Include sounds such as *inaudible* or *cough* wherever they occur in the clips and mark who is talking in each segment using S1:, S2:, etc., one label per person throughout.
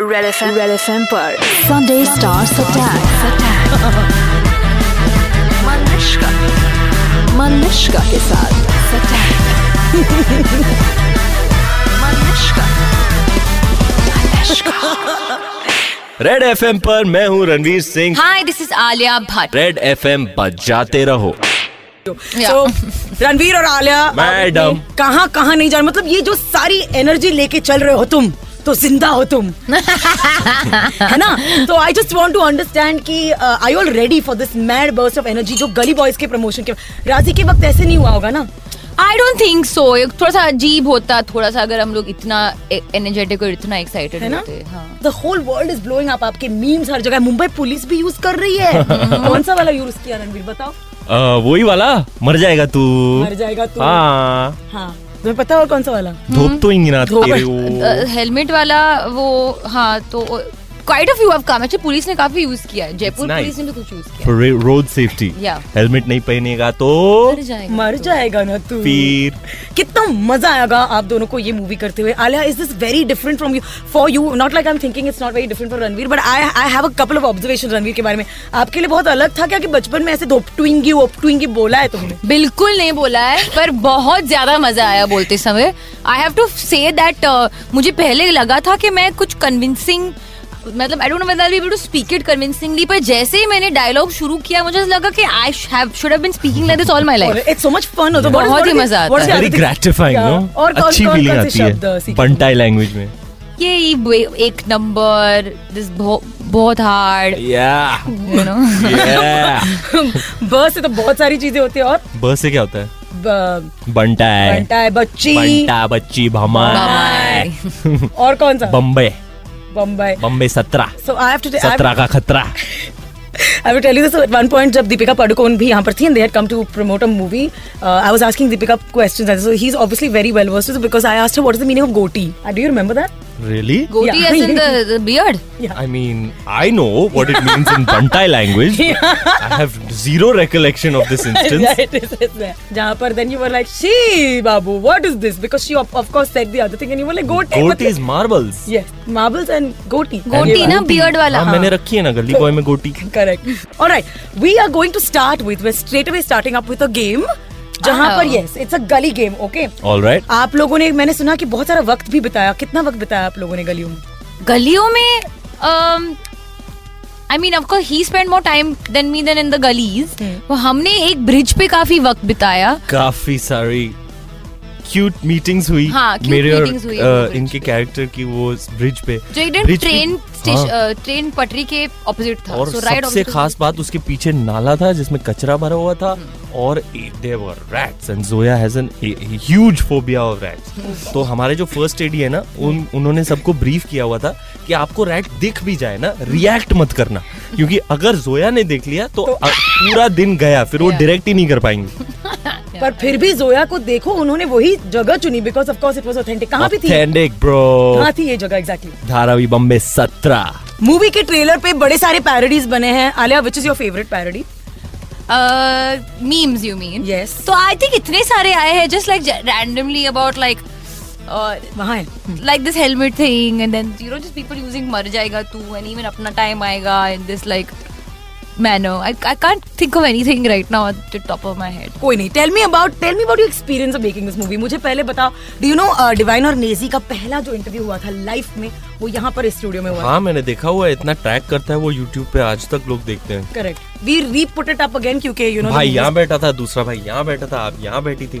S1: Red F red F M पर Sunday stars attack Malishka Malishka के साथ सटैक मनुष्का
S2: रेड एफ पर मैं हूँ रणवीर
S3: हाँ।
S2: Singh
S4: hi this is Alia Bhatt
S2: red F M बजाते रहो
S4: Yeah.
S3: तो
S4: *laughs*
S3: रणवीर और आलिया
S2: मैडम।
S3: कहाँ कहाँ नहीं जाना मतलब ये जो सारी एनर्जी लेके चल रहे हो तुम तो जिंदा हो
S4: *laughs*
S3: तुम है ना तो I just want to understand कि uh, I all ready for this mad burst of energy जो गली बॉयज के प्रमोशन के राजी के वक्त ऐसे नहीं हुआ होगा ना
S4: आई डोंट थिंक सो थोड़ा सा अजीब होता थोड़ा सा अगर हम लोग इतना एनर्जेटिक और इतना एक्साइटेड
S3: है ना
S4: होते हाँ
S3: the whole world is blowing up आपके मीम्स हर जगह मुंबई पुलिस भी यूज कर रही
S4: *laughs*
S3: है कौन सा वाला यूज किया रणवीर बताओ
S2: आ, वही वाला मर जाएगा तू
S3: मर जाएगा तू
S2: हाँ
S3: हाँ तुम्हें पता है और कौन सा वाला
S2: धूप तो इंगिना तेरे
S4: अ, हेलमेट वाला वो हाँ तो क्वाइट अ फ्यू ऑफ काम अच्छा पुलिस ने काफी यूज किया है जयपुर
S2: It's nice.
S4: पुलिस ने भी कुछ यूज किया
S2: वो रोड सेफ्टी
S4: Yeah.
S2: हेलमेट नहीं पहनेगा तो
S4: मर जाएगा
S3: मर जाएगा ना तू
S2: फिर
S3: कितना मजा आएगा आप दोनों को ये मूवी करते हुए Alia is this very different from you for you not like I am thinking it's not very different for Ranveer but I I have a couple of observation Ranveer के बारे में आपके लिए बहुत अलग था क्या कि बचपन में ऐसे धोपटुइंगी ओपटुइंगी बोला है तुमने
S4: बिल्कुल नहीं बोला है पर बहुत ज्यादा मजा आया बोलते समय I have to say that uh, मुझे पहले लगा था कि मैं कुछ कन्विंसिंग मतलब I don't know whether I able to speak it convincingly पर जैसे ही मैंने डायलॉग शुरू किया मुझे लगा कि I have should have been speaking like this all my life
S3: it's so much fun होता
S4: बहुत ही मजा आता है।
S2: वेरी ग्रेटिफाइंग नो
S3: और कौन-
S2: अच्छी
S3: कौन-
S2: फीलिंग
S3: कौन से
S2: आती
S3: शब्द
S2: है
S3: सीखे?
S2: पंटाई लैंग्वेज में
S4: ये ही बे- एक नंबर दिस बहुत हार्ड
S2: या
S4: यू नो
S3: *laughs* बस से तो बहुत सारी चीजें होती है और
S2: बस से क्या होता है
S3: ब-
S2: बंटा है
S3: बंटा है बच्ची
S2: बंटा बच्ची भमाए
S3: और कौन सा
S2: बम्बे
S3: बम्बई
S2: बम्बे सत्रह
S3: सो आई हैव टू
S2: सत्रह का खतरा
S3: I will tell you this at one point जब दीपिका पाडुकोण भी यहाँ पर थी and they had come to promote a movie uh, I was asking Deepika questions so he's obviously very well versed with it because I asked her what is the meaning of goti uh, do you remember that
S2: Really?
S4: Goatee
S3: Yeah.
S4: Edge in the beard
S2: I mean, I know what it means in Bantai language. but I have zero recollection of this
S3: *laughs*
S2: instance.
S3: it is it's there जहाँ पर then you were like she babu what is this because she of, of course said the other thing and you were like goti
S2: गोटी
S3: मतलब-
S2: is marbles.
S3: yes marbles and goti
S4: गोटी ना beard वाला
S2: हाँ मैंने रखी है ना गली बॉय में गोटी
S3: *laughs* correct all right we are going to start with we're straight away starting up with a game जहाँ पर
S4: Oh.
S3: yes it's a गली game okay
S2: All right.
S3: आप लोगों ने मैंने सुना कि बहुत सारा वक्त भी बिताया कितना वक्त बिताया आप लोगों ने गलियों में
S4: गलियों में um, I mean of course he spend more time than me then in the gullies वो हमने एक ब्रिज पे काफी वक्त बिताया
S2: काफी सारी क्यूट मीटिंग्स हुई
S4: हाँ, cute
S2: मेरे और
S4: meetings हुई
S2: अ,
S4: वो bridge
S2: इनके
S4: पे।
S2: कैरेक्टर की वो ब्रिज पे
S4: जो एकदम
S2: Bridge पे-
S4: ट्रेन
S2: हाँ,
S4: ट्रेन uh, पटरी के ऑपोजिट था
S2: और
S4: So right
S2: सबसे
S4: opposite-
S2: खास बात उसके पीछे नाला था जिसमें कचरा भरा हुआ था
S4: Hmm.
S2: और there were rats and Zoya has an huge phobia of
S4: Hmm.
S2: Rats तो हमारे जो फर्स्ट एडी है ना उन उन्होंने सबको ब्रीफ किया हुआ था कि आपको रैट दिख भी जाए ना रिएक्ट मत करना क्योंकि अगर जोया ने देख लिया तो अ- पूरा दिन गया फिर वो
S4: Yeah.
S2: डायरेक्ट ही नहीं कर
S4: *laughs*
S2: पाएंगे
S3: पर फिर भी जोया को देखो उन्होंने वही जगह चुनी because of course it was authentic कहाँ पे थी
S2: Authentic, bro.
S4: हाँ।
S3: कहाँ थी ये जगह एग्जैक्टली
S2: धारावी बम्बे सत्रह
S3: मूवी के ट्रेलर पे बड़े सारे पैरोडीज बने हैं Alia which is your favourite parody
S4: memes you mean
S3: Yes.
S4: तो आई थिंक इतने सारे आए हैं just like randomly about like
S3: वहाँ है
S4: uh, like this helmet thing and then you know just people using मर जाएगा तू and even अपना time आएगा in this like manner I, I can't think of anything right now at the top of my head
S3: कोई नहीं tell me about tell me about your experience of making this movie मुझे पहले बताओ do you know Divine uh, और नेजी का पहला जो interview हुआ था लाइफ में वो यहाँ पर स्टूडियो में हुआ था
S2: हाँ मैंने देखा हुआ है इतना ट्रैक करता है वो यूट्यूब पे आज तक लोग देखते हैं
S3: correct we reput it up again क्योंकि यू नो
S2: भाई यहाँ बैठा था दूसरा भाई यहाँ बैठा था आप यहाँ बैठी थी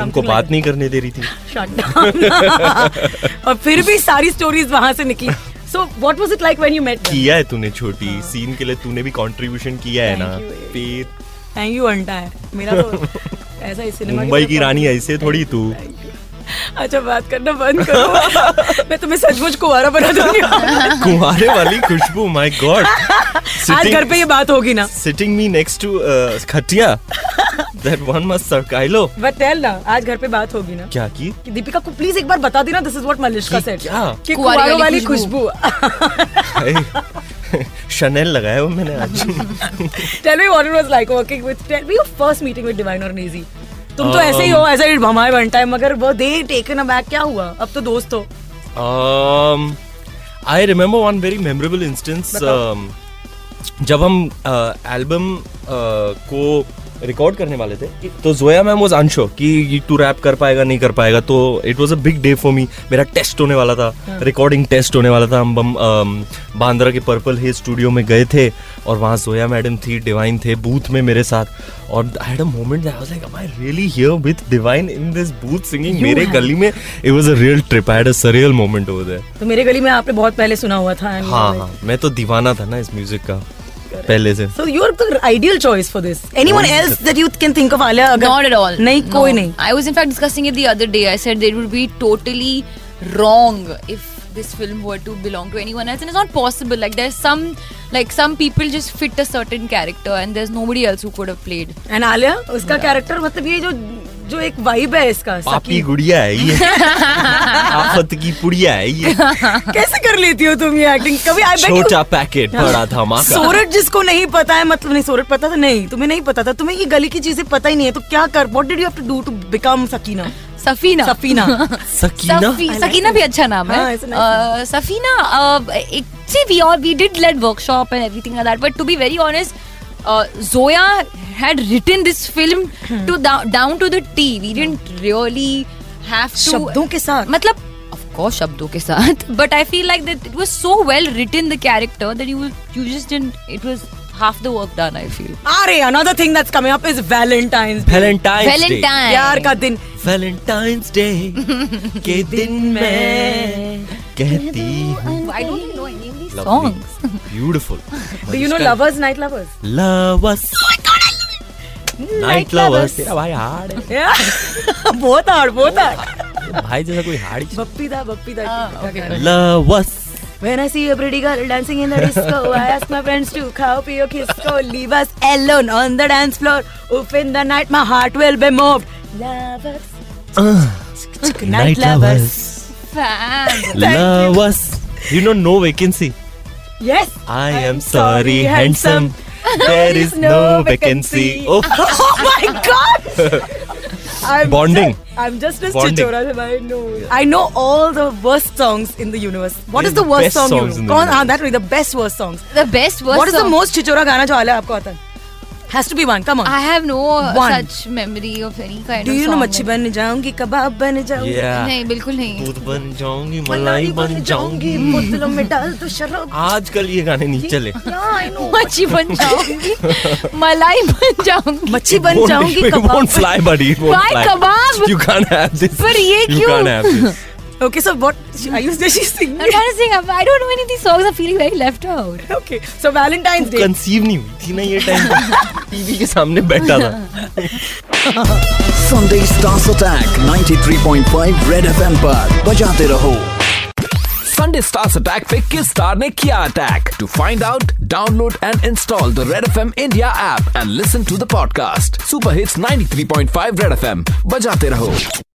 S2: उनको
S3: Something like
S2: बात
S3: that.
S2: नहीं करने दे रही थी
S3: Shut down. *laughs* और फिर भी सारी स्टोरीज वहां से निकली so what was it like when you met
S2: किया है तूने छोटी सीन के लिए तूने भी कंट्रीब्यूशन किया है ना
S3: हाँ। Thank you.
S2: फिर
S3: थैंक यू अंटायर मेरा तो ऐसा ही सिनेमा
S2: मुंबई की रानी ऐसे तो- थोड़ी तू *laughs*
S3: अच्छा बात करना बंद करो *laughs* मैं तुम्हें सचमुच कुंवारा बना दूंगी आज
S2: कुमारे वाली खुशबू माय
S3: *laughs*
S2: गॉड
S3: घर पे ये बात होगी ना
S2: sitting me next to uh, खटिया दैट वन मस्ट सरकाइलो
S3: बट टेल ना आज घर पे बात होगी ना
S2: क्या की
S3: कि दीपिका को प्लीज एक बार बता देना दिस इज व्हाट मलिश्का
S2: कि
S3: सेड
S2: क्या?
S4: कुंवारी
S3: कि कुंवारों
S4: वाली
S3: वाली
S4: खुशबू।
S3: खुशबू
S2: *laughs* शनेल लगाया हुआ मैंने आज
S3: *laughs* tell me what it was like working with tell me your first meeting with divine और नेजी तुम तो
S2: Um,
S3: ऐसे ही हो ऐसा ही हमारे बनता है मगर वो दे टेकन अबैक क्या हुआ अब तो दोस्त हो
S2: Um, I remember one very memorable instance um, जब हम एल्बम को रिकॉर्ड करने वाले थे तो जोया मैम वॉज अनशो कि तू रैप कर पाएगा नहीं कर पाएगा तो it was a big day for me मेरा टेस्ट होने वाला था रिकॉर्डिंग टेस्ट होने वाला था हम बम अम, बांद्रा के पर्पल हिल स्टूडियो में गए थे और वहाँ जोया मैडम थी डिवाइन थे बूथ में मेरे साथ और I had a moment I was like am i really here with divine in this booth singing मेरे गली में it was a real trip i had a surreal moment over there
S3: तो मेरे गली में आपने बहुत पहले सुना हुआ था and-
S2: हाँ हाँ मैं तो दीवाना था ना इस म्यूजिक का पहले से
S3: So you're the ideal choice for this. Anyone
S2: Wonderful.
S3: else that you can think of, Alia? अगर-
S4: Not at all.
S3: नहीं
S4: No.
S3: कोई नहीं.
S4: I was in fact discussing it the other day. I said it would be totally wrong if this film were to belong to anyone else, and it's not possible. Like there's some, like some people just fit a certain character, and there's nobody else who could have played.
S3: And Alia, उसका character मतलब ये जो जो एक vibe है इसका
S2: पापी
S3: सकी-
S2: गुड़िया है *laughs* ये आफत की पुड़िया है ये
S3: कैसे कर लेती हो तुम ये एक्टिंग कभी आई बेट
S2: छोटा पैकेट बड़ा धमाका
S3: सोरठ हाँ। जिसको नहीं पता है मतलब नहीं सोरठ पता था नहीं तुम्हें नहीं पता था तुम्हें ये गली की चीजें पता ही नहीं है तो क्या कर what did you have to do to become Sakina
S4: Safina.
S3: Safina
S2: तो Sakina
S4: Safi-
S3: I like
S4: Sakina
S3: it.
S4: भी अच्छा नाम
S3: हाँ,
S4: है
S3: it's a nice
S4: Uh, Safina, uh, it- see, we all we did lead workshop and everything like that. But to be very honest, uh, Zoya had written this film
S3: Hmm.
S4: to down, down to the T. We didn't really have to
S3: शब्दों के साथ
S4: मतलब of course शब्दों के साथ *laughs* but I feel like that it was so well written the character that you you just didn't it was half the work done I feel
S3: अरे another thing that's coming up is Valentine's
S2: Valentine's Day
S4: Valentine
S3: प्यार का दिन
S2: Valentine's day *laughs* के दिन मैं कहती हूँ
S4: I don't even know any of these songs
S2: beautiful *laughs*
S3: do you know lovers night lovers
S2: lovers night lovers तेरा भाई हार्ड है
S3: *laughs* बहुत हार्ड बहुत हार्ड
S2: भाई जैसा कोई *laughs* hard
S3: Bappi da Bappi da
S4: Ah, okay.
S2: Lovers
S3: When I see a pretty girl dancing in the disco, I ask my friends to copy your kisco. Leave us alone on the dance floor. Oof, in the night, my heart will be moved. Lovers,
S2: night lovers
S4: Fan.
S2: Lovers you know no vacancy
S3: Yes.
S2: I
S3: I'm
S2: am sorry,
S3: sorry,
S2: handsome. There is no vacancy. *laughs* Oh,
S3: *laughs* oh my God! I'm
S2: Bonding.
S3: Just, I'm just a
S2: Bonding.
S3: chichora. I know. I know all the worst songs in the universe. What is
S2: The
S3: the worst
S2: best
S3: song?
S2: songs
S3: you
S2: in the
S3: know? Kaun-
S2: universe.
S3: Ah, that way, the best worst songs.
S4: *laughs* the best was
S3: what is the most chichora gana jo aala aapko aata hai? Has to be one. Come on.
S4: I have no
S3: One.
S4: such memory of any kind
S3: Do
S4: of
S3: you know
S4: song
S3: मच्छी बन जाऊंगी कबाब बन जाऊंगी
S2: yeah.
S4: नहीं बिल्कुल नहीं
S2: दूध बन जाऊंगी मलाई बन जाऊंगी
S3: बोतलों में डाल दो शराब
S2: आजकल ये गाने नहीं चले *laughs*
S4: मच्छी *laughs* बन जाऊंगी *laughs* मलाई बन जाऊंगी
S3: मच्छी बन
S2: Won't- *laughs*
S3: जाऊंगी
S2: it
S3: kebab
S2: won't fly, buddy. It won't
S4: Why
S2: fly.
S4: kebab?
S2: You can't have this.
S4: पर ये
S2: You
S4: क्यों?
S2: can't have this.
S3: Okay so what I *laughs* used she
S4: I'm *laughs*
S3: Singh
S4: trying to sing I don't know any of these songs I'm feeling very left out
S3: okay so Valentine's Day
S2: conceive नहीं हुई थी ना ये time TV के सामने बैठा था
S5: Sunday Stars Attack 93.5 Red FM पर बजाते रहो
S6: संडे स्टार्स अटैक पे किस स्टार ने किया attack to find out download and install the Red F M India app and listen to the podcast super hits 93.5 Red F M बजाते रहो